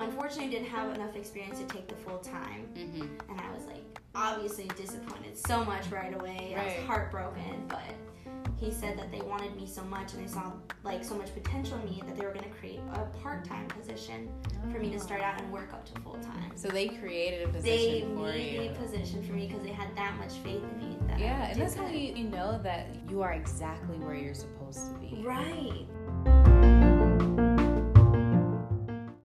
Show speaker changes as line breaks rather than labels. unfortunately didn't have enough experience to take the full time,
Mm-hmm.
and I was like obviously disappointed so much right away. I
Right.
was heartbroken, but he said that they wanted me so much and they saw like so much potential in me that they were going to create a part-time position for me to start out and work up to full-time.
So they created a
They
position for
made
you.
a position for me because they had that much faith in me. That I
Yeah,
would
and
do
that's how
good.
you, you know that you are exactly where you're supposed to be.
Right.